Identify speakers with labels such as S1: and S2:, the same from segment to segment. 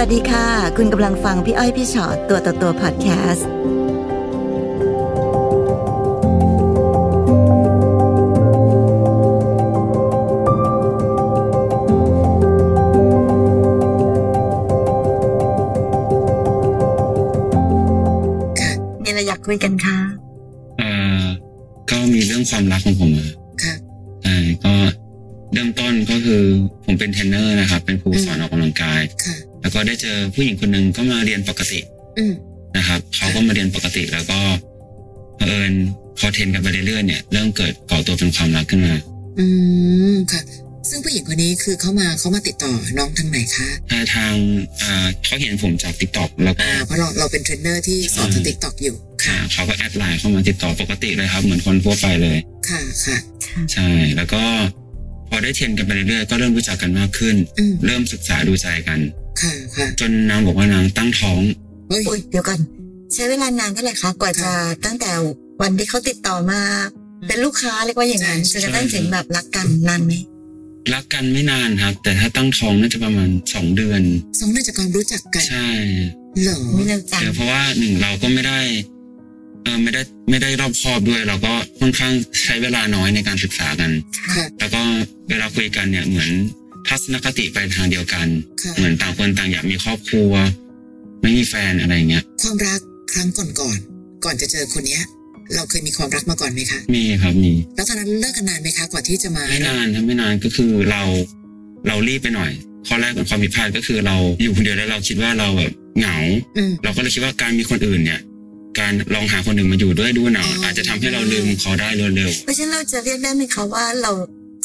S1: วัสดีค่ะ คุณกำลังฟังพี่อ้อยพี่ชอตตัวต่อตัวพอดแคสต์
S2: มีอะไรอยากคุยกันคะ
S3: เอ่อก็มีเรื่องความรักของผมอะ
S2: ค่ะ
S3: ใช่ก็เริ่มต้นก็คือผมเป็นเทรนเนอร์นะครับ เป็นครูสอนออกกำลังกาย
S2: ค่ะ
S3: แล้วก็ได้เจอผู้หญิงคนหนึ่งก็มาเรียนปกติ
S2: อืม
S3: นะครับเขาก็มาเรียนปกติแล้วก็เผอิญพอเทรนกันไปเรื่อยๆเนี่ยเริ่มเกิดก่อตัวเป็นความรักขึ้นมา
S2: อืม ค่ะ ซึ่งผู้หญิงคนนี้คือเขามาเขามาติดต่อน้องทางไหนคะ
S3: ถ้าทางเอ่อเขาเห็นผมจากติ๊กต็อกแล้วก็
S2: อ่า เพราะเราเราเป็นเทรนเนอร์ที่สอน
S3: ใช่
S2: ทางติ๊กต็อกอยู่
S3: อ่า
S2: ค่ะ
S3: เขาก็แอดไลน์เข้ามาติดต่อปกติเลยครับ เหมือนคนทั่วไปเลย
S2: ค่ะ ค่ะ
S3: ใช่ แล้วก็พอได้เทรนกันไปเรื่อยๆก็เริ่มรู้จักกันมากขึ้น
S2: อืม
S3: เริ่มศึกษาดูใจกัน
S2: ค่ะ ค่ะ
S3: จนนางบอกว่านางตั้งท้อง
S2: เฮ้ย
S1: โอ้ยเดี๋ยวก่อนใช้เวลานานเท่าไหร่คะกว่าจะ
S2: ค่ะ
S1: ตั้งแต่วันที่เขาติดต่อมา เป็นลูกค้าเรียกว่าอย่างนั้นจ
S2: ใช่
S1: นกระทั่ง
S3: ใช่
S1: ถึงแบบรักกันนานไหม
S3: รักกันไม่นานครับ แต่ถ้าตั้งท้องน่าจะประมาณสองเดือน
S2: สองเดือนจากการรู้จักกัน
S3: ใช่
S2: เหรอ
S1: ไม่เร็วจัง
S3: เออเพราะว่าหนึ่งเราก็ไม่ได้เออไม่ได้ไม่ได้รอบคอบด้วย เราก็ค่อนข้างใช้เวลาน้อยในการศึกษากัน
S2: ค่ะ
S3: แล้วก็เวลาคุยกันเนี่ยเหมือนทัศนคติไปทางเดียวกัน
S2: ค่ะ
S3: เหมือนต่างคนต่างอยากมีครอบครัว ไม่มีแฟนอะไรเงี้ย
S2: ความรักครั้งก่อนก่อน ก่อนจะเจอคนเนี้ย เราเคยมีความรักมาก่อนไหมคะ
S3: มีครับมี
S2: แล้วตอนนั้นเลิกกันนานไหมคะ ก่อนที่จะมา
S3: ไม่นานครับไม่นานก็คือเราเรารีบไปหน่อยข้อแรกของความผิดพลาดก็คือเราอยู่คนเดียวแล้วเราคิดว่าเราแบบเหงา
S2: อืม
S3: เราก็เลยคิดว่าการมีคนอื่นเนี่ย การลองหาคนอื่นมาอยู่ด้วยดูหน่อย
S2: อ๋ออ
S3: อาจจะทำให้เราลืมเขาได้เร็ว
S1: เพราะฉะนั้นเราจะเรียกได้ไหมคะว่าเรา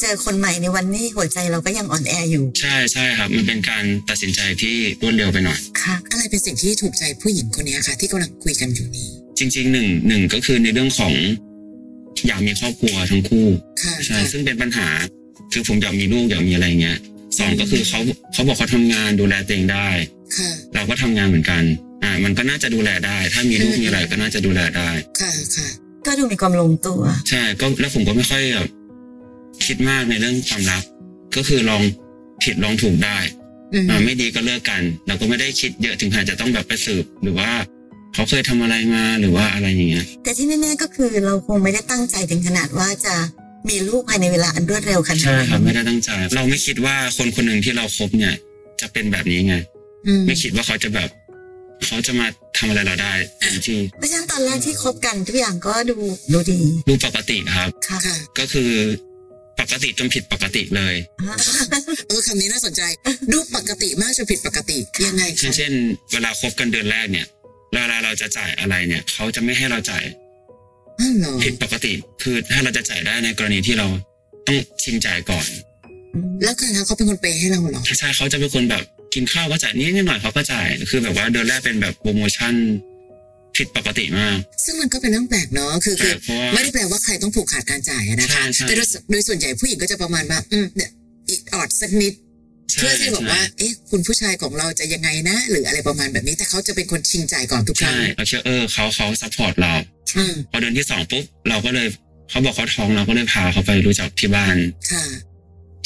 S1: เจอคนใหม่ในวันนี้หัวใจเราก็ยังอ่อนแออยู่
S3: ๆใช่ใช่ครับ มันเป็นการตัดสินใจที่รวดเร็วไปหน่อย
S1: ค่ะ
S2: อะไรเป็นสิ่งที่ถูกใจผู้หญิงคนเนี้ยคะที่กำลังคุยกันอยู่นี้
S3: จริงๆหนึ่งหนึ่งก็คือในเรื่องของ อยากมีครอบครัวทั้งคู่
S2: ค่ะ
S3: ใช่ซึ่งเป็นปัญหาคือผมอยากมีลูกอยากมีอะไรเงี้ยสองก็คือเขาเขาบอกเขาทำงานดูแลตัวเองได้
S2: ค่ะ
S3: เราก็ทำงานเหมือนกันอ่ามันก็น่าจะดูแลได้ ถ้ามีลูกมีอะไรก็น่าจะดูแลได้
S2: ค่ะ ค่ะ
S1: ก็ดูมีความลงตัว
S3: ใช่ก็แล้วผมก็ไม่ค่อยแบบคิดมากในเรื่องความรัก ก็คือลองผิดลองถูกได้
S2: อืม
S3: อ่าไม่ดีก็เลิกกัน เราก็ไม่ได้คิดเยอะถึงขนาดจะต้องแบบไปสืบ หรือว่าเขาเคยทำอะไรมาหรือว่าอะไรอย่างเงี้ย
S1: แต่ที่แน่ๆก็คือเราคงไม่ได้ตั้งใจถึงขนาดว่าจะมีลูกภายในเวลาอันรวดเร็วขนาด
S3: ใช่ครับ
S1: นั้
S3: ไม่
S1: น
S3: ได้ตั้งใจ เราไม่คิดว่าคนคนหนึ่งที่เราคบเนี่ย จะเป็นแบบนี้ไง
S2: อืม
S3: ไม่คิดว่าเขาจะแบบ เขาจะมาทำอะไรเราได้เต็มที่
S1: เพราะฉะนั้นตอนแรกที่คบกันทุกอย่างก็ดูดูดี
S3: ดูปกติครับ
S1: ค่ะ
S2: ค่ะ
S3: ก็คือปกติจนผิดปกติเลย
S1: อ่า
S2: เออคำนี้น่าสนใจ ดูปกติมากจนผิดปกติยังไง
S3: เช่
S2: คะ
S3: นเช่นเวลาคบกันเดือนแรกเนี่ยเวลาเราจะจ่ายอะไรเนี่ย เขาจะไม่ให้เราจ่าย
S2: อ้าวเหรอ
S3: ผิดปกติ คือถ้าเราจะจ่ายได้ในกรณีที่เราต้องชิงจ่ายก่อน
S2: แล้วคือเขาเป็นคนเปย์ให้เราเหรอ
S3: ใช่เขาจะเป็นคนแบบกินข้าวก็จ่ายนิดๆหน่อยๆเขาก็จ่ายคือแบบว่าเดือนแรกเป็นแบบโปรโมชั่นผิดปกติมาก
S2: ซึ่งมันก็เป็นเรื่องแปลกเนาะคือคือ
S3: เพราะว่า
S2: ไม่ได้แปลว่าใครต้องผูกขาดการจ่ายอะนะคะ
S3: ใช่ใช่
S2: แต่โดยโดยส่วนใหญ่ผู้หญิงก็จะประมาณว่าอืมเนี่ยอีกออดสักนิด
S3: ใช่
S2: เพื่อที่จะบอกว่า เอ๊ะ คุณผู้ชายของเราจะยังไงนะ หรืออะไรประมาณแบบนี้ แต่เขาจะเป็นคนชิงจ่ายก่อนทุกค
S3: ใช่
S2: รั้ง
S3: เราเชื่อเออเขาเขาซัพพอร์ตเรา
S2: อืม
S3: พอเดือนที่สองปุ๊บเราก็เลยเขาบอกเขาท้องเราก็เลยพาเขาไปรู้จักที่บ้าน
S2: ค่ะ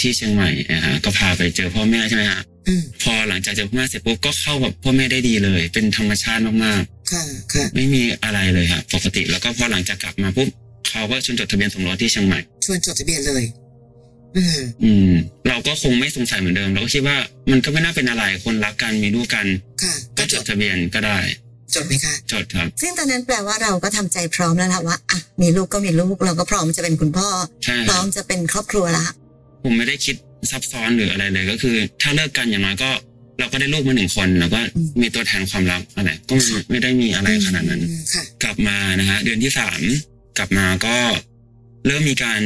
S3: ที่เชียงใหม่นะฮะก็พาไปเจอพ่อแม่ใช่ไหมฮะ
S2: อืม
S3: พอหลังจากเจอพ่อแม่เสร็จปุ๊บก็เข้ากับพ่อแม่ได้ดีเลย เป็นธรรมชาติมาก
S2: ค่ะค่ะ
S3: ๆ ไม่มีอะไรเลยครับปกติแล้วก็พอหลังจากกลับมาปุ๊บเขาก็ชวนจดทะเบียนสมรสที่เชียงใหม่
S2: ชวนจดทะเบียนเลย อืม
S3: อืม เราก็คงไม่สงสัยเหมือนเดิม เราก็คิดว่ามันก็ไม่น่าเป็นอะไรคนรักกันมีลูกกัน
S2: ค่ะ
S3: ก็
S2: ก็
S3: จ
S2: จ
S3: ด
S2: ด
S3: ทะเบียนก็ได้
S2: จดไหมคะ
S3: จดครับ
S1: ซึ่งตอนนั้นแปลว่าเราก็ทำใจพร้อมแล้วล่ะว่าอ่ะมีลูกก็มีลูกเราก็พร้อมจะเป็นคุณพ่อ
S3: ใช่
S1: พ
S3: ค
S1: ร้อม
S3: รับ
S1: จะเป็นครอบครัวละ
S3: ผมไม่ได้คิดซับซ้อนหรืออะไรเลยก็คือ ถ้าเลิกกันอย่างน้อยก็ เราก็ได้ลูกมาหนึ่งคนแล้วก็มีตัวแทนความรักอะไรก็ไม่ไม่ได้มีอะไรขนาดนั้น
S2: อืมค่ะ
S3: กลับมานะฮะเดือนที่สามกลับมาก็เริ่มมีการ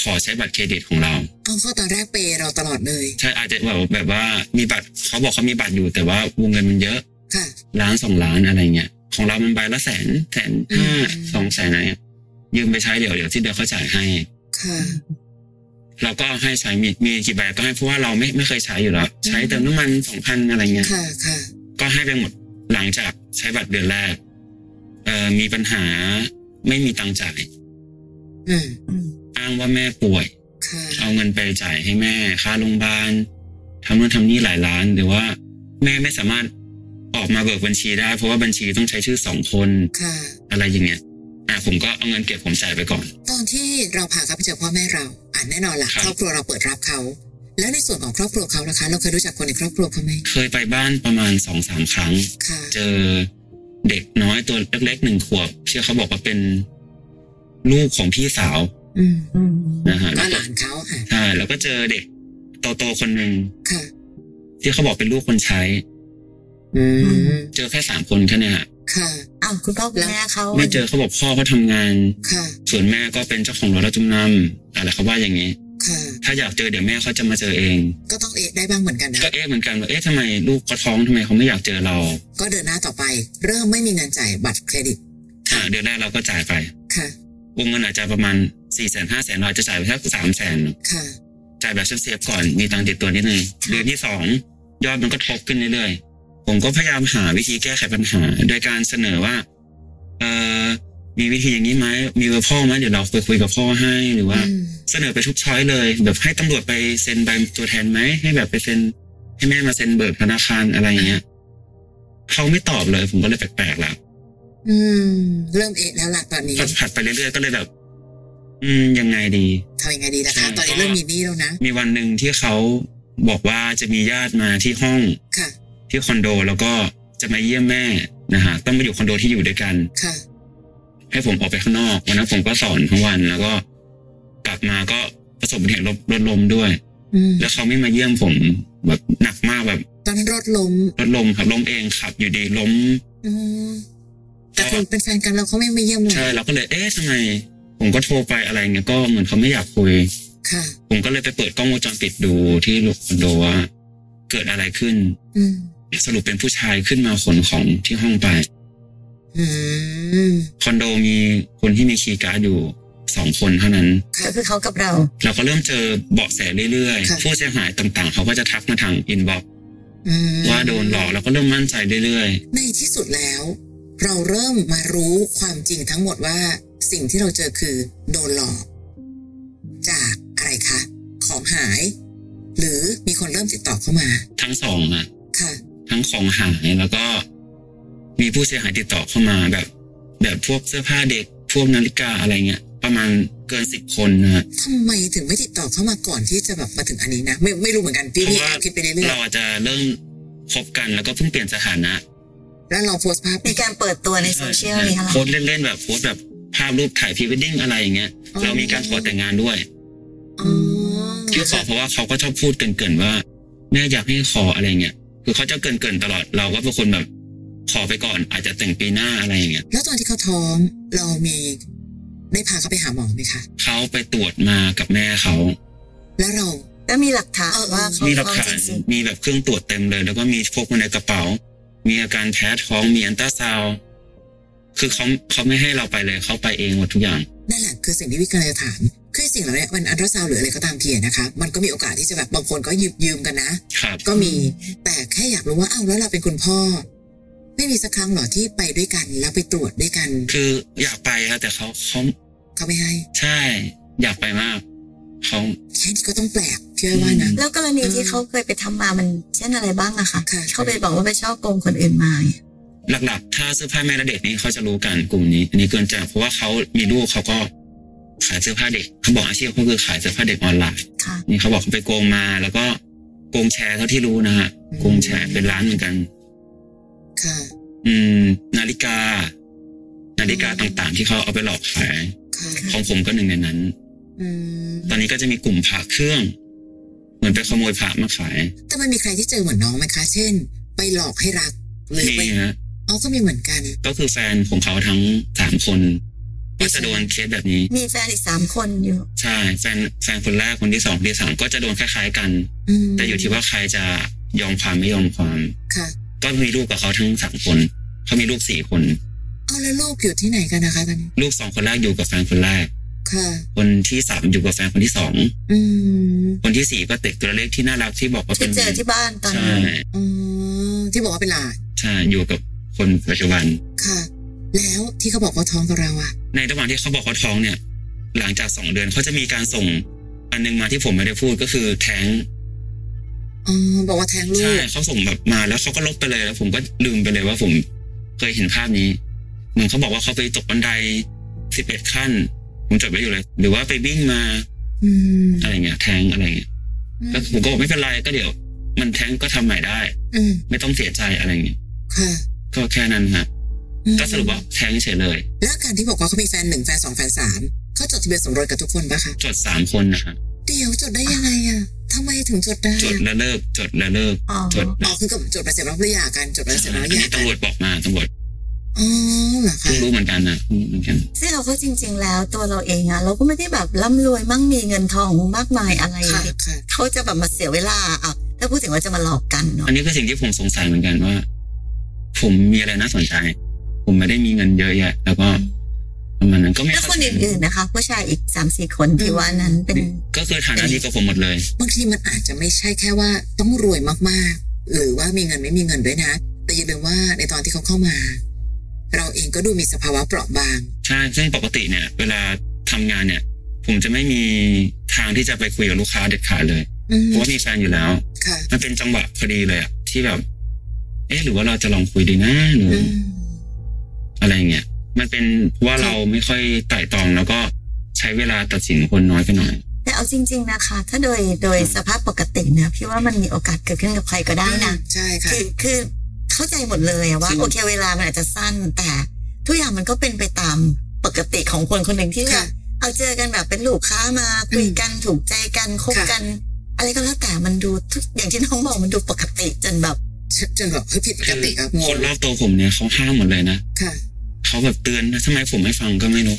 S3: ขอใช้บัตรเครดิตของเรา
S2: เอาเข้าตอนแรกเปย์เราตลอดเลย
S3: ใช่อาจจะแบบแบบว่ามีบัตรเขาบอกเขามีบัตรอยู่แต่ว่าวงเงินมันเยอะ
S2: ค่ะ
S3: ล้านสองล้านอะไรเงี้ยของเรามันใบละแสนแสนห้า
S2: อืม
S3: สองแสนอะไรเงี้ยยืมไปใช้เดี๋ยวเดี๋ยวที่เดียวเขาจ่ายให้
S2: ค่ะ
S3: เราก็เอาให้ใช้มีมีกี่ใบก็ให้เพราะว่าเราไม่ไม่เคยใช้อยู่แล้วใช้เติมน้ำมันสองพันอะไรเงี้ย
S2: ค่ะ ค่ะ
S3: ก็ให้ไปหมดหลังจากใช้บัตรเดือนแรกเอ่อมีปัญหาไม่มีตังค์จ่าย
S2: อืม
S1: อืม
S3: อ้างว่าแม่ป่วย
S2: ค่ะ
S3: เอาเงินไปจ่ายให้แม่ค่าโรงพยาบาลทำนู่นทำนี่หลายล้านหรือว่า แม่ไม่สามารถออกมาเบิกบัญชีได้ เพราะว่าบัญชีต้องใช้ชื่อสองคน
S2: ค่ะ
S3: อะไรอย่างเงี้ยอ่ะผมก็เอาเงินเก็บผมจ่ายไปก่อน
S2: ตอนที่เราพาเขาไปเจอพ่อแม่เราอ่านแน่นอนละ่ะ
S3: ครับ
S2: ครอบครัวเราเปิดรับเขา แล้วในส่วนของครอบครัวเขานะคะ เราเคยรู้จักคนในครอบครัวเขาไหม
S3: เคยไปบ้านประมาณสองสามครั้ง
S2: ค่ะ
S3: เจอเด็กน้อยตัวเล็กๆหนึ่งขวบ เชื่อเขาบอกว่าเป็นลูกของพี่สาว
S2: อืม
S1: อืม
S3: นะฮะ
S2: ก็หลานเขาอ่ะ
S3: ใช่แล้วก็เจอเด็กโตๆคนหนึ่ง
S2: ค่ะ
S3: ที่เขาบอกเป็นลูกคนใช้
S2: อืม
S3: เจอแค่สามคนแค่เนี้ฮะ
S2: ค่ะ
S1: อ้าวคุณพ่อคุณแม่เขา
S3: ไม่เจอเขาบอกพ่อเขาทำงาน
S2: ค่ะ
S3: ส่วนแม่ก็เป็นเจ้าของรถรับจำนำอะไรเขาว่าอย่างนี้
S2: ค่ะ
S3: ถ้าอยากเจอเดี๋ยวแม่เขาจะมาเจอเอง
S2: ก็ต้องเอะได้บ้างเหมือนกันนะ
S3: ก็เอ๊ะเหมือนกันว่าเอ๊ะทำไมลูกเขาท้องทำไมเขาไม่อยากเจอเรา
S2: ก็เดินหน้าต่อไป เริ่มไม่มีเงินจ่ายบัตรเครดิต
S3: อ่ะเดือนแรกเราก็จ่ายไป
S2: ค่ะ
S3: วงเงินอาจจะประมาณสี่แสนห้าแสนเราจะจ่ายไปสักสามแสน
S2: ค่ะ
S3: จ่ายแบบเซฟๆก่อนมีตังค์ติดตัวนิดนึงเดือนที่สองยอดมันก็ทบขึ้นเรื่อยๆ ผมก็พยายามหาวิธีแก้ไขปัญหา โดยการเสนอว่าเออมีวิธีอย่างนี้ไหมมีเบอร์พ่อไหมเดี๋ยวเราไปคุยกับพ่อให้หรือว่า
S2: อืม
S3: เสนอไปทุกช้อยเลย แบบให้ตำรวจไปเซ็นใบตัวแทนไหมให้แบบไปเซ็นให้แม่มาเซ็นเบิกธนาคารอะไรอย่างเงี้ยเขาไม่ตอบเลย ผมก็เลยแปลกๆละ
S2: อืม เริ่มเอะแล้วล่ะตอนนี้
S3: ก็ผัดไปเรื่อยๆก็เลยแบบ อืมยังไงดี
S2: ทำยังไงดีล่ะคะ
S3: ใช่
S2: ตอนนี้เริ่มมีหนี้แล้วนะ
S3: มีวันหนึ่งที่เขาบอกว่าจะมีญาติมาที่ห้อง
S2: ค่ะ
S3: ที่คอนโดแล้วก็จะมาเยี่ยมแม่นะฮะต้องมาอยู่คอนโดที่อยู่ด้วยกัน
S2: ค่ะ
S3: ให้ผมออกไปข้างนอกวันนั้นผมก็สอนทั้งวัน แล้วก็กลับมาก็ประสบอุบัติเหตุรถรถล้มด้วย
S2: อืม
S3: แล้วเขาไม่มาเยี่ยมผมแบบหนักมากแบบ
S2: ตอนนั้นรถล้ม
S3: รถล้มครับล้มเองขับ อยู่ดีล้ม
S2: อืมแต่คุณเป็นแฟนกันเราเขาไม่มาเยี่ยมเล
S3: ใช่
S2: ย
S3: เราก็เลยเอ๊ะทำไม ผมก็โทรไปอะไรเงี้ยก็เหมือนเขาไม่อยากคุย
S2: ค่ะ
S3: ผมก็เลยไปเปิดกล้องวงจรปิดดูที่คอนโดว่าเกิดอะไรขึ้น
S2: อืม
S3: สรุปเป็นผู้ชายขึ้นมาขนของที่ห้องไป
S2: อืม
S3: คอนโดมีคนที่มีคีย์การ์ดอยู่สองคนเท่านั้น
S1: ก็คือเขากับเรา
S3: เราก็เริ่มเจอเบาะแสเรื่อย
S2: ค่ะ
S3: ๆ ผู้เสียหายต่างๆ เขาก็จะทักมาทางอินบ็อก
S2: อืม
S3: ว่าโดนหลอกเราก็เริ่มมั่นใจเรื่อย
S2: ในที่สุดแล้ว เราเริ่มมารู้ความจริงทั้งหมดว่า สิ่งที่เราเจอคือ โดนหลอก จากอะไรคะ ของหาย หรือมีคนเริ่มติดต่อเข้ามา
S3: ๆ ทั้งสองอะ
S2: ค่ะ
S3: ทั้งของหายแล้วก็ มีผู้เสียหายติดต่อเข้ามาแบบ แบบพวกเสื้อผ้าเด็กพวกนาฬิกาอะไรเงี้ยประมาณเกินสิบคนนะฮะ
S2: ทำไมถึงไม่ติดต่อเข้ามาก่อนที่จะแบบมาถึงอันนี้นะ ไม่ไม่รู้เหมือนกันพี่
S3: เพ
S2: พี่
S3: ราะว่า
S2: แอบคิดไปเรื่อย
S3: เราอาจจะเริ่มคบกันแล้วก็เพิ่งเปลี่ยนสถานะ
S2: ๆแล้วเราโพสต์ภาพ
S1: มีการเปิดตัวในโซเชียลนี้อะไร
S3: โพสต์เล่นๆแบบโพสต์แบบภาพรูปถ่ายพรีเวดดิ้งอะไรอย่างเงี้ยเรามีการขอแต่งงานด้วย
S1: อ๋อ
S3: ที่ขอเพราะว่าเขาก็ชอบพูดเกินๆว่าแม่อยากให้ขออะไรเงี้ยคือเขาจะเกินๆตลอดเราก็เป็นคนแบบ ขอไปก่อนอาจจะแต่งปีหน้าอะไรอย่างเงี้ย
S2: แล้วตอนที่เขาท้อง เรามีได้พาเขาไปหาหมอไหมคะ
S3: เขาไปตรวจมากับแม่เขา
S2: แล้วเรา
S1: แล้วมีหลักฐานว่าเขา
S3: มีหลัก
S1: ท้อง
S3: ฐา
S1: จ
S3: น
S1: ริง
S3: มีแบบเครื่องตรวจเต็มเลย แล้วก็มีพกมาในกระเป๋า มีอาการแพ้ท้องมีอันตราซาวด์คือเขาเขาไม่ให้เราไปเลยเขาไปเองหมดทุกอย่าง
S2: นั่นแหละคือสิ่งที่พี่กำลังจะถาม คือสิ่งเหล่านี้มันอันตราซาวด์หรืออะไรก็ตามทีอะนะคะ มันก็มีโอกาสที่จะแบบบางคนก็ยืมยืมกันนะ
S3: ครับ
S2: ก็มี แต่แค่อยากรู้ว่า เอ้าแล้วเราเป็นคุณพ่อ ไม่มีสักครั้งเหรอที่ไปด้วยกัน แล้วไปตรวจด้วยกัน
S3: คืออยากไปครับแต่เขาเขา
S2: เขาไม่ให้
S3: ใช่ อยากไปมากเขา
S2: แค่นี้ก็ต้องแปลกเชื่อว่านะ
S1: ๆแล้วกรณีที่เขาเคยไปทำมามันเช่นอะไรบ้างอะคะ
S2: ค่ะ
S1: เขาไปบอกว่าไปชอบโกงคนอื่นมาเนี่ย
S3: หลักๆ ถ้าเสื้อผ้าแม่และเด็กนี้เขาจะรู้กันกลุ่มนี้อันนี้เกินจากเพราะว่าเขามีลูกเขาก็ขายเสื้อผ้าเด็กเขาบอกอาชีพเขาคือขายเสื้อผ้าเด็กออนไลน์
S1: ค่ะ
S3: นี่เขาบอกเขาไปโกงมา แล้วก็โกงแชร์เท่าที่รู้นะฮะโกงแชร์เป็นร้านเหมือนกัน
S2: ค่ะ
S3: อืม นาฬิกา นาฬิกาต่างๆ ที่เขาเอาไปหลอกขาย
S2: ค่ะ
S3: ของผมก็หนึ่งในนั้น
S2: อืม
S3: ตอนนี้ก็จะมีกลุ่มพระเครื่อง เหมือนไปขโมยพระมาขาย
S2: แต่มันมีใครที่เจอเหมือนน้องไหมคะ เช่น ไปหลอกให้รัก หรือไป
S3: นี่ฮะ
S2: อ๋อก็มีเหมือนกัน
S3: ก็คือแฟนของเขาทั้งสามคน ก็จะโดนเคสแบบนี้
S1: มีแฟนอีกสามคนอยู่
S3: ใช่แฟนแฟนคนแรกคนที่สองคนที่สามก็จะโดนคล้ายๆกัน
S2: อืม
S3: แต่อยู่ที่ว่าใครจะยอมความไม่ยอมความ
S2: ค่ะ
S3: ก็มีลูกกับเขาทั้งสามคนเขามีลูกสี่คน
S2: เอาแล้วลูกอยู่ที่ไหนกันนะคะตอนนี้
S3: ลูกสองคนแรกอยู่กับแฟนคนแรก
S2: ค่ะ
S3: คนที่สามอยู่กับแฟนคนที่สอง
S2: อืม
S3: คนที่สี่ก็เด็กตัวเล็กที่น่ารักที่บอกว่าเป็
S1: ที่
S3: น
S1: เจอที่บ้านตอน
S3: ใช่
S1: นั้น
S2: อ๋อ ที่บอกว่าเป็นหลาน
S3: ใช่อยู่กับคนปัจจุบัน
S2: ค่ะ แล้วที่เขาบอกว่าท้องกับเราอะ
S3: ในระหว่างที่เขาบอกเขาท้องเนี่ย หลังจากสองเดือนเขาจะมีการส่ง อันนึงมาที่ผมไม่ได้พูดก็คือแท้ง
S2: อ๋อบอกว่าแทงลูก
S3: ใช่เขาส่งแบบมาแล้วเขาก็ลบไปเลยแล้ว ผมก็ลืมไปเลยว่าผมเคยเห็นภาพนี้เหมือนเขาบอกว่าเขาไปตกบันไดสิบเอ็ดขั้น ผมจดไว้อยู่เลย หรือว่าไปวิ่งมา
S2: อืม
S3: อะไรเงี้ยแทงอะไรเงี้ยแล้วผมก็บอกไม่เป็นไรก็เดี๋ยว มันแทงก็ทำใหม่ได้
S2: อืม
S3: ไม่ต้องเสียใจอะไรเงี้ย
S2: ค่ะ
S3: ก็แค่นั้นฮะ
S2: อืม
S3: ก็สรุปว่าแทงเฉยเลย
S2: แล้วการที่บอกว่าเขามีแฟนหนึ่งแฟนสองแฟนสามเขาจดทะเบียนสมรสกับทุกคนปะคะ
S3: จดสามคนนะฮะ
S2: เดี๋ยวจดได้ยังไงอ่ะทำไมถึงจดได้
S3: จด
S2: อะ
S3: และเลิก จดและเลิก
S1: อ๋อ
S3: จด
S2: อ๋อคือกับจดไปเสร็จแล้วหรือยากันจดไปเสร็จแล้ว
S3: อัน
S2: หรือยา
S3: นี้
S2: กัน
S3: ตำรวจบอกมาตำรวจ
S2: อ๋อเหรอ
S3: เพิ่
S2: คะ
S3: งรู้เหมือนกันนะเพิ่งรู้เหมือนกัน
S1: ซึ่งเราก็จริง ๆ แล้วตัวเราเองอะเราก็ไม่ได้แบบร่ำรวยมั่งมีเงินทองมากมายอะไร
S2: ค่ะค่ะ
S1: เขาจะแบบมาเสียเวลาอ่ะถ้าพูดถึงว่าจะมาหลอกกันเนาะ
S3: อันนี้คือสิ่งที่ผมสงสัยเหมือนกันว่า ผมมีอะไรน่าสนใจ ผมไม่ได้มีเงินเยอะแยะ แล้วก็ประมาณนั้นก็ไม่
S1: แล้วค
S3: เข้าน ใจ
S1: อื่นๆนะคะ ผู้ชายอีกสามสี่คนที่ว่านั้นเป็น
S3: ก็คือฐานะดีกว่าผมหมดเลย
S2: บางทีมันอาจจะไม่ใช่แค่ว่าต้องรวยมากๆ หรือว่ามีเงินไม่มีเงินด้วยนะ แต่อย่าลืมว่าในตอนที่เขาเข้ามา เราเองก็ดูมีสภาวะเปราะบาง
S3: ใช่ซึ่งปกติเนี่ย เวลาทำงานเนี่ย ผมจะไม่มีทางที่จะไปคุยกับลูกค้าเด็ดขาดเลย
S2: อืม
S3: เพราะว่ามีแฟนอยู่แล้ว
S2: ค่ะ
S3: มันเป็นจังหวะพอดีเลยอะที่แบบ เอ๊ะหรือว่าเราจะลองคุยดีนะหรือ
S2: อื
S3: อ
S2: ม
S3: อะไรเงี้ย มันเป็นว่าเราไม่ค่อยไต่ตองแล้วก็ใช้เวลาตัดสินคนน้อยไปหน่อย
S1: แต่เอาจริง ๆ นะคะ ถ้าโดยโดยสภาพปกติเนี่ยพี่ว่ามันมีโอกาสเกิดขึ้นกับใครก็ได้นะ
S2: ใช่ค่ะ
S1: คือคือเข้าใจหมดเลยอะว่า
S3: จริง
S1: โอเคเวลามันอาจจะสั้นแต่ ทุกอย่างมันก็เป็นไปตามปกติของคนคนหนึ่งที่
S2: ค่ะ
S1: จะเอาเจอกันแบบเป็นลูกค้ามาคุยกันถูกใจกันคบ
S2: ค่ะ
S1: กัน อะไรก็แล้วแต่มันดูทุกอย่างที่น้องบอกมันดูปกติจนแบบ
S2: จนจนแบบเฮ้ยผิดปกติครับง
S3: ค
S2: ง
S3: นรอบตัวผมเนี่ยเขาห้ามหมดเลยนะ
S2: ค่ะ
S3: เขาแบบเตือนนะทำไมผมไม่ฟังก็ไม่รู้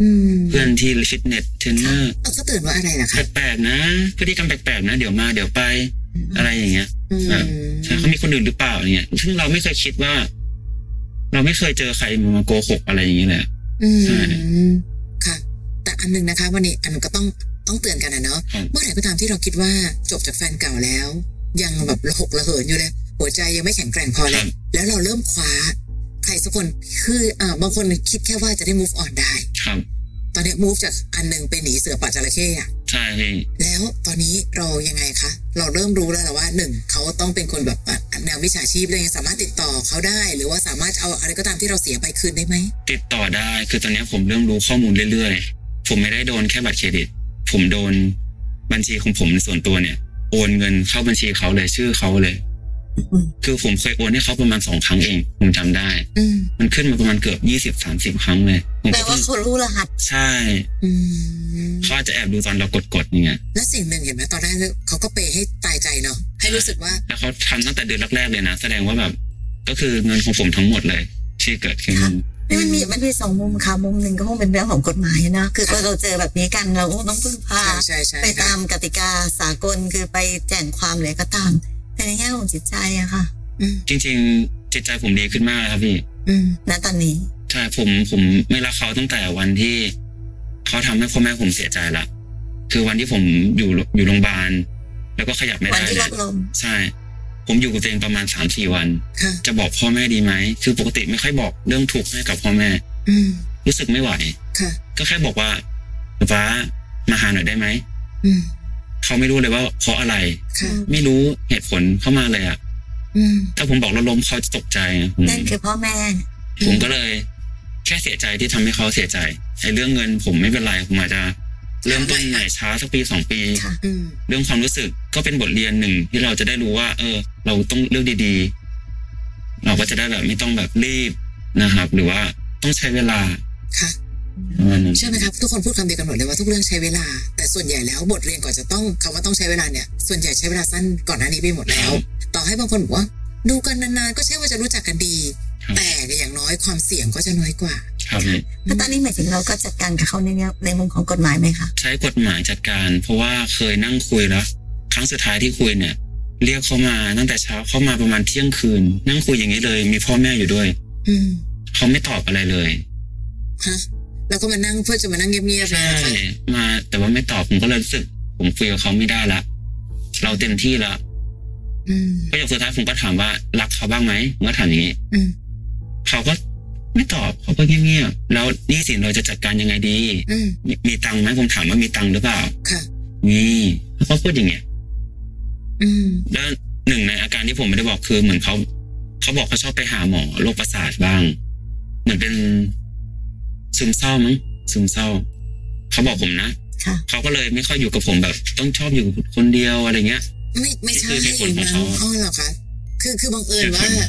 S2: อืม
S3: เพื่อนที่ฟิตเนสเทรนเนอร์
S2: เอาเขาเตือนว่าอะไรล่ะคะ
S3: แปลกๆนะ พฤติกรรมแปลกๆนะ เดี๋ยวมาเดี๋ยวไปอะไรอย่างเงี้ย
S2: อืม
S3: อ่ะ ใช่เขามีคนอื่นหรือเปล่าอะไรเงี้ย ซึ่งเราไม่เคยคิดว่า เราไม่เคยเจอใครมาโกหกอะไรอย่างเงี้ยเลย
S2: อื
S3: ใช่
S2: มค่ะ แต่อันหนึงนะคะ วันนี้อันก็ต้องต้องเตือนกันนะเนาะ
S3: ครับ
S2: เมื่อไหร่ก็ตามที่เราคิดว่าจบจากแฟนเก่าแล้ว ยังแบบระหกระเหินอยู่เลย หัวใจยังไม่แข็งแกร่งพอเลย แล้วเราเริ่มคว้า ใครสักคนคืออ่าบางคนคิดแค่ว่าจะได้ move on ได้
S3: ครับ
S2: ตอนเนี้ย move จากอันหนึ่งไปหนีเสือป่าจระเข้อะ
S3: ใช่พี่
S2: แล้วตอนนี้เรายังไงคะ เราเริ่มรู้แล้วล่ะว่าหนึ่งเขาต้องเป็นคนแบบอ่ะแนววิชาชีพเลยงสามารถติดต่อเขาได้ หรือว่าสามารถเอาอะไรก็ตามที่เราเสียไปคืนได้ไหม
S3: ติดต่อได้คือตอนเนี้ยผมเริ่มรู้ข้อมูลเรื่อยๆ ผมไม่ได้โดนแค่บัตรเครดิต ผมโดนบัญชีของผมส่วนตัวเนี่ย โอนเงินเข้าบัญชีเขาเลยชื่อเขาเลย คือผมเคยโอนให้เขาประมาณสองครั้งเอง ผมจำได้
S2: อืม
S3: มันขึ้นมาประมาณเกือบยี่สิบสามสิบครั้งเลยผม
S1: แปล
S3: ก็
S1: ว่าเขารู้รหัส
S3: ใช่
S2: อืม
S3: เขาอาจจะแอบดูตอนเรากดกดเนี่ย
S2: และสิ่งหนึ่งเห็นไหมตอนแรกเขาก็เปย์ให้ตายใจเนาะให้รู้สึกว่า
S3: แล้วเขาทำตั้งแต่เดือนแรกๆเลยนะ แสดงว่าแบบ ก็คือเงินของผมทั้งหมดเลยที่เกิดขึ้น
S1: นี่มันมีมันมีสองมุมค่ะมุมหนึ่งก็คงเป็นเรื่องของกฎหมายนะคือพอเราเจอแบบนี้กันเราก็ต้องพึ่งพา
S2: ใช่ใช่ใช่
S1: ไปตามกติกาสากลคือไปแจ้งความเลยก็ตาม แต่ในแง่ของจิตใจอะค่ะ
S2: อืม
S3: จริง ๆ จิตใจผมดีขึ้นมากครับพี่
S2: อืม
S1: ณตอนนี้
S3: ใช่ผมผมไม่รักเขาตั้งแต่วันที่เขาทำให้พ่อแม่ผมเสียใจละคือวันที่ผมอยู่อยู่โรงพยาบาลแล้วก็ขยับไม่
S1: วัน
S3: ได้
S1: ที่
S3: เล
S1: ล
S3: ย
S1: ดลม
S3: ใช่ ผมอยู่กับตัวเองประมาณสามสี่วัน
S2: ค่ะ
S3: จะบอกพ่อแม่ดีไหมคือปกติไม่ค่อยบอกเรื่องทุกข์ให้กับพ่อแม่
S2: อืม
S3: รู้สึกไม่ไหว
S2: ค่ะ
S3: ก็แค่บอกว่าฟ้ามาหาหน่อยได้ไหม
S2: อืม
S3: เขาไม่รู้เลยว่าเพราะอะไร
S2: ค่ะ
S3: ไม่รู้เหตุผลเข้ามาเลยอะ
S2: อืม
S3: ถ้าผมบอกเราล้มเขาจะตกใจนะผม
S1: นั่นคือพ่อแม่
S3: ผมก็เลยแค่เสียใจที่ทำให้เขาเสียใจไอ้เรื่องเงินผมไม่เป็นไรผมอาจจะเริ่มต้นใหม่ช้าสักปีสองปี
S1: ค่ะ
S2: อืม
S3: เรื่องความรู้สึกก็เป็นบทเรียนหนึ่งที่เราจะได้รู้ว่า เออ เราต้องเลือกดีๆ เราก็จะได้แบบไม่ต้องแบบรีบนะครับ หรือว่าต้องใช้เวลา
S2: ค่ะ
S3: ประมาณนั้น
S2: เชื่อไหมครับทุกคนพูดคำเดียวกันหมดเลยว่าทุกเรื่องใช้เวลา แต่ส่วนใหญ่แล้วบทเรียนก่อนจะต้องคำว่าต้องใช้เวลาเนี่ยส่วนใหญ่ใช้เวลาสั้นก่อนหน้านี้ไปหมดแล้ว ต่อให้บางคนบอกว่า ดูกันนานๆก็ใช่ว่าจะรู้จักกันดี แต่อย่างน้อยความเสี่ยงก็จะน้อยกว่า
S3: ครับ
S1: แล้วตอนนี้หมายถึงเราก็จัดการกับเขาในแง่ในมุมของกฎหมายไหมคะ
S3: ใช้กฎหมายจัดการ เพราะว่าเคยนั่งคุยแล้ว ครั้งสุดท้ายที่คุยเนี่ย เรียกเขามาตั้งแต่เช้าเข้ามาประมาณเที่ยงคืน นั่งคุยอย่างนี้เลย มีพ่อแม่อยู่ด้วย
S2: อืม
S3: เขาไม่ตอบอะไรเลย
S2: ฮะแล้วก็มานั่งเพื่อจะมานั่งเงียบๆเลย
S3: ใช่
S2: นะคะ
S3: มาแต่ว่าไม่ตอบผมก็เลยรู้สึก ผมคุยกับเขาไม่ได้ละเราเต็มที่ละ
S2: อืม
S3: ประโยคสุดท้ายผมก็ถามว่ารักเขาบ้างไหมผมก็ถามอย่างนี้
S2: อืม
S3: เขาก็ไม่ตอบเขาก็เงียบๆแล้วหนี่สินเราจะจัดการยังไงดี
S2: อืม
S3: มีมีตังค์ไหมผมถามว่ามีตังค์หรือเปล่า
S2: ค่ะ
S3: มีเขาก็พูดอย่างเงี้ย
S2: อืม
S3: แล้วหนึ่งในอาการที่ผมไม่ได้บอกคือเหมือนเขาเขาบอกเขาชอบไปหาหมอโรคประสาทบ้าง เหมือนเป็นซึมเศร้ามั้งซึมเศร้า เขาบอกผมนะ
S1: ค่ะ
S3: เขาก็เลยไม่ค่อยอยู่กับผมแบบ ต้องชอบอยู่คนเดียวอะไรเงี้ย
S2: ไม่ไม่ใช่
S3: นี่คือเหตุผลของเขา
S2: อ๋อเหรอคะคือคือบังเอิญ
S3: เหตุผ
S2: ว่า
S3: ล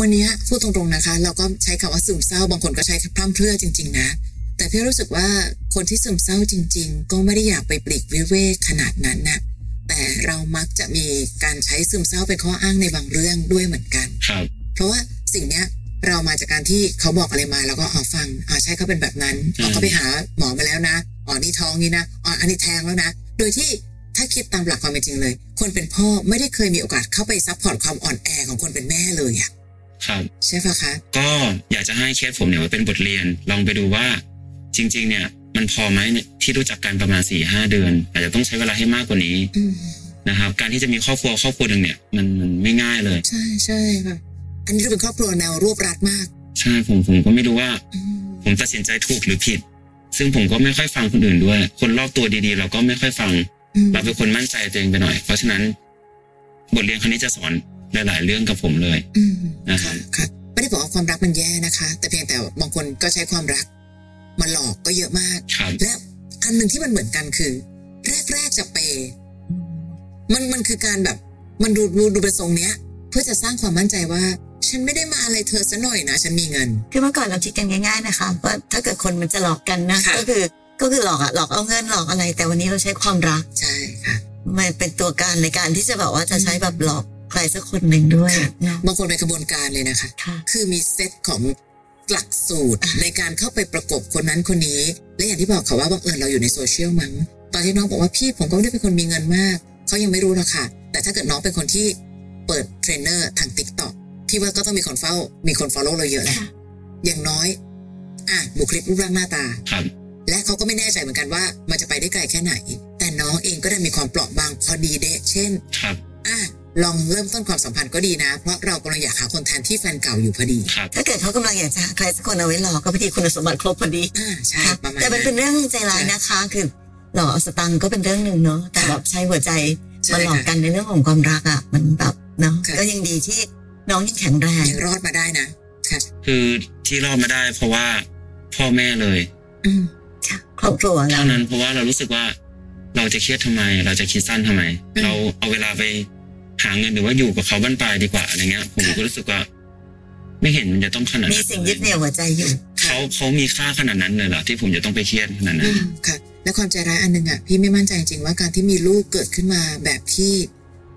S2: วันเนี้ยพูดตรงๆนะคะ เราก็ใช้คำว่าซึมเศร้าบางคนก็ใช้พร่ำเพรื่อจริง ๆ นะ แต่พี่รู้สึกว่าคนที่ซึมเศร้าจริง ๆ ก็ไม่ได้อยากไปปลีกวิเวกขนาดนั้นน่ะแต่เรามักจะมีการใช้ซึมเศร้าเป็นข้ออ้างในบางเรื่องด้วยเหมือนกัน
S3: ครับ
S2: เพราะว่าสิ่งเนี้ยเรามาจากการที่เขาบอกอะไรมาแล้วก็เอาฟังอ่าใช่เขาเป็นแบบนั้น
S3: ใช่
S2: เอาเขาไปหาหมอมาแล้วนะอ๋อนี่ท้องนี่นะอ๋ออันนี้แท้งแล้วนะ โดยที่ถ้าคิดตามหลักความเป็นจริงเลย คนเป็นพ่อไม่ได้เคยมีโอกาสเข้าไปซัพพอร์ตความอ่อนแอของคนเป็นแม่เลยอะ
S3: ครับ
S2: ใช่ปะคะ
S3: ก็อยากจะให้เคสผมเนี่ยมาเป็นบทเรียน ลองไปดูว่า จริง ๆ เนี่ย มันพอไหมเนี่ยที่รู้จักกันประมาณสี่ห้าเดือน อาจจะต้องใช้เวลาให้มากกว่านี้
S2: อืม
S3: นะครับ การที่จะมีครอบครัวครอบครัวหนึ่งเนี่ยมันมันไม่ง่ายเลย
S2: ใช่ใช่ค่ะอันนี้ดูเป็นครอบครัวแนวรวบรัดมาก
S3: ใช่ผมผมก็ไม่รู้ว่า
S2: อืม
S3: ผมตัดสินใจถูกหรือผิด ซึ่งผมก็ไม่ค่อยฟังคนอื่นด้วย คนรอบตัวดีๆ เราก็ไม่ค่อยฟัง
S2: อืม
S3: เราเป็นคนมั่นใจตัวเองไปหน่อย เพราะฉะนั้น บทเรียนครั้งนี้จะสอนหลายๆเรื่องกับผมเลย
S2: อืม
S3: นะครับ
S2: ค่ะค่ะไม่ได้บอกว่าความรักมันแย่นะคะ แต่เพียงแต่บางคนก็ใช้ความรักมาหลอกก็เยอะมาก
S3: ครับ
S2: และอันหนึ่งที่มันเหมือนกันคือแรกๆจะเปย์มันมันคือการแบบ มันดูดูดูประสงค์เนี้ย เพื่อจะสร้างความมั่นใจว่า ฉันไม่ได้มาอะไรเธอซะหน่อยนะ ฉันมีเงิน
S1: คือเมื่อก่อนเราคิดกันง่ายๆนะคะว่าถ้าเกิดคนมันจะหลอกกันนะ
S2: ค่ะ
S1: ก็คือก็คือหลอกอะหลอกเอาเงินหลอกอะไร แต่วันนี้เราใช้ความรัก
S2: ใช่ค่ะ
S1: มันเป็นตัวการในการที่จะแบบว่าจะใช้แบบหลอกใครสักคนหนึ่งด้วย
S2: ค่ะ
S1: เนาะ
S2: บางคนเป็นกระบวนการเลยนะคะ
S1: ค่ะ
S2: คือมีเซตของหลักสูตรในการเข้าไปประกบคนนั้นคนนี้ และอย่างที่บอกค่ะว่าบังเอิญเราอยู่ในโซเชียลมั้งตอนที่น้องบอกว่าพี่ผมก็ไม่ได้เป็นคนมีเงินมากเขายังไม่รู้หรอกค่ะ แต่ถ้าเกิดน้องเป็นคนที่เปิดเทรนเนอร์ทางติ๊กต็อกพี่ว่าก็ต้องมีคนเฝ้า มีคนฟอลโล่เราเยอะแหละ
S1: ค่ะ
S2: อย่างน้อย อ่ะบุคลิกรูปร่างหน้าตา
S3: ครับ
S2: และเขาก็ไม่แน่ใจเหมือนกันว่ามันจะไปได้ไกลแค่ไหน แต่น้องเองก็ได้มีความเปราะบางพอดีเดะเช่น
S3: ครับ
S2: อ่ะลองเริ่มต้นความสัมพันธ์ก็ดีนะ เพราะเรากำลังอยากหาคนแทนที่แฟนเก่าอยู่พอดี
S3: ครับ
S1: ถ้าเกิดเขากำลังอยากจะหาใครสักคนเอาไว้หลอกก็พอดีคุณสมบัติครบพอดี
S2: อ่าใช่
S1: ค่ะ
S2: ประมาณ
S1: แต่มันเป็นเรื่องใจร้ายนะคะ คือหลอกเอาสตังค์ก็เป็นเรื่องหนึ่งเนาะแต่แบบใช้หัวใจมา
S2: ใช่
S1: หลอก
S2: ค่ะ
S1: กันในเรื่องของความรักอะมันแบบเนาะ
S2: ค่ะ
S1: ก็ยังดีที่น้องยังแข็งแรง
S2: ยังรอดมาได้นะค่ะ
S3: คือที่รอดมาได้เพราะว่าพ่อแม่เลย
S2: อืม
S1: ค่ะครอบครัวเรา
S3: เท่านั้นเพราะว่าเรารู้สึกว่าเราจะเครียดทำไม เราจะคิดสั้นทำไม เราเอาเวลาไปหาเงินหรือว่าอยู่กับเขาบ้านปลายดีกว่าอะไรเงี้ย ผมก็รู้สึกว่า ไม่เห็นมันจะต้องขนาด
S1: มี
S3: นั้น
S1: สิ่งยึดเหนี่ยวหัวใจอยู่
S3: เขาเขามีค่าขนาดนั้นเลยเหรอที่ผมจะต้องไปเครียดขนาดนั้
S2: อื
S3: น
S2: มค่ะ และความใจร้ายอันหนึ่งอ่ะพี่ไม่มั่นใจจริงๆว่าการที่มีลูกเกิดขึ้นมาแบบที่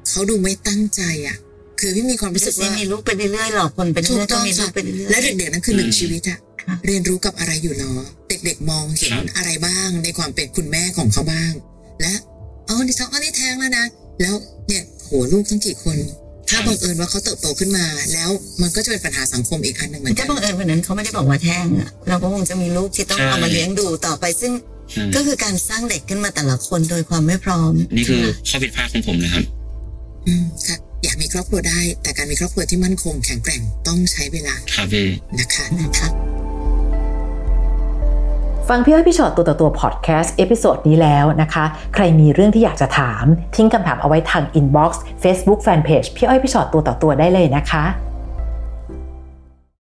S2: เขาดูไม่ตั้งใจอ่ะ คือพี่มีความรู้
S1: รู้
S2: สึ
S1: สึ
S2: ก
S1: ก
S2: ว่า
S1: ว่ามีลูกไปเรื่อยๆหรอกคนไป
S2: ถู
S1: เรื่อ
S2: ก
S1: ยๆ
S2: ต้
S1: ก็
S2: อง
S1: มีลู
S2: ค่ะ
S1: กไปเรื่อยๆ
S2: และเด็กๆนั่นคือหนึ่ง
S3: อืม
S2: ชีวิตอะ
S1: ค่ะ
S2: เรียนรู้กับอะไรอยู่เนาะเด็กๆมองเห็น
S3: ครับ
S2: อะไรบ้างในความเป็นคุณแม่ของเขาบ้าง และอ๋อนี่ท้องอ๋อนี่แท้งแล้วนะ แล้วเนี่ยโหลูกทั้งกี่คน ถ้าบังเอิญว่าเขาเติบโตขึ้นมา แล้วมันก็จะเป็นปัญหาสังคมอีกอันหนึ่งเหมือนกั
S1: ถ้าน บังเอิญวันนั้นเขาไม่ได้บอกว่าแท้งอะเราก็คงจะมีลูกที่ต้อง
S3: ใช่
S1: เอามาเลี้ยงดูต่อไป ซึ่ง
S3: ใช่
S1: ก็คือการสร้างเด็กขึ้นมาแต่ละคนโดยความไม่พร้อม
S3: นี่คือข้อผิดพลาดของผมเลยครับ
S2: อืมค่ะอยากมีครอบครัวได้ แต่การมีครอบครัวที่มั่นคงแข็งแกร่งต้องใช้เวลา
S3: ครับพี่
S2: นะคะ
S1: นะคะ
S4: ฟังพี่อ้อยพี่ชอตตัวต่อตัวพอดแคสต์เอพิโซดนี้แล้วนะคะ ใครมีเรื่องที่อยากจะถาม ทิ้งคำถามเอาไว้ทางอินบ็อกซ์เฟซบุ๊กแฟนเพจพี่อ้อยพี่ชอตตัวต่อตัวได้เลยนะคะ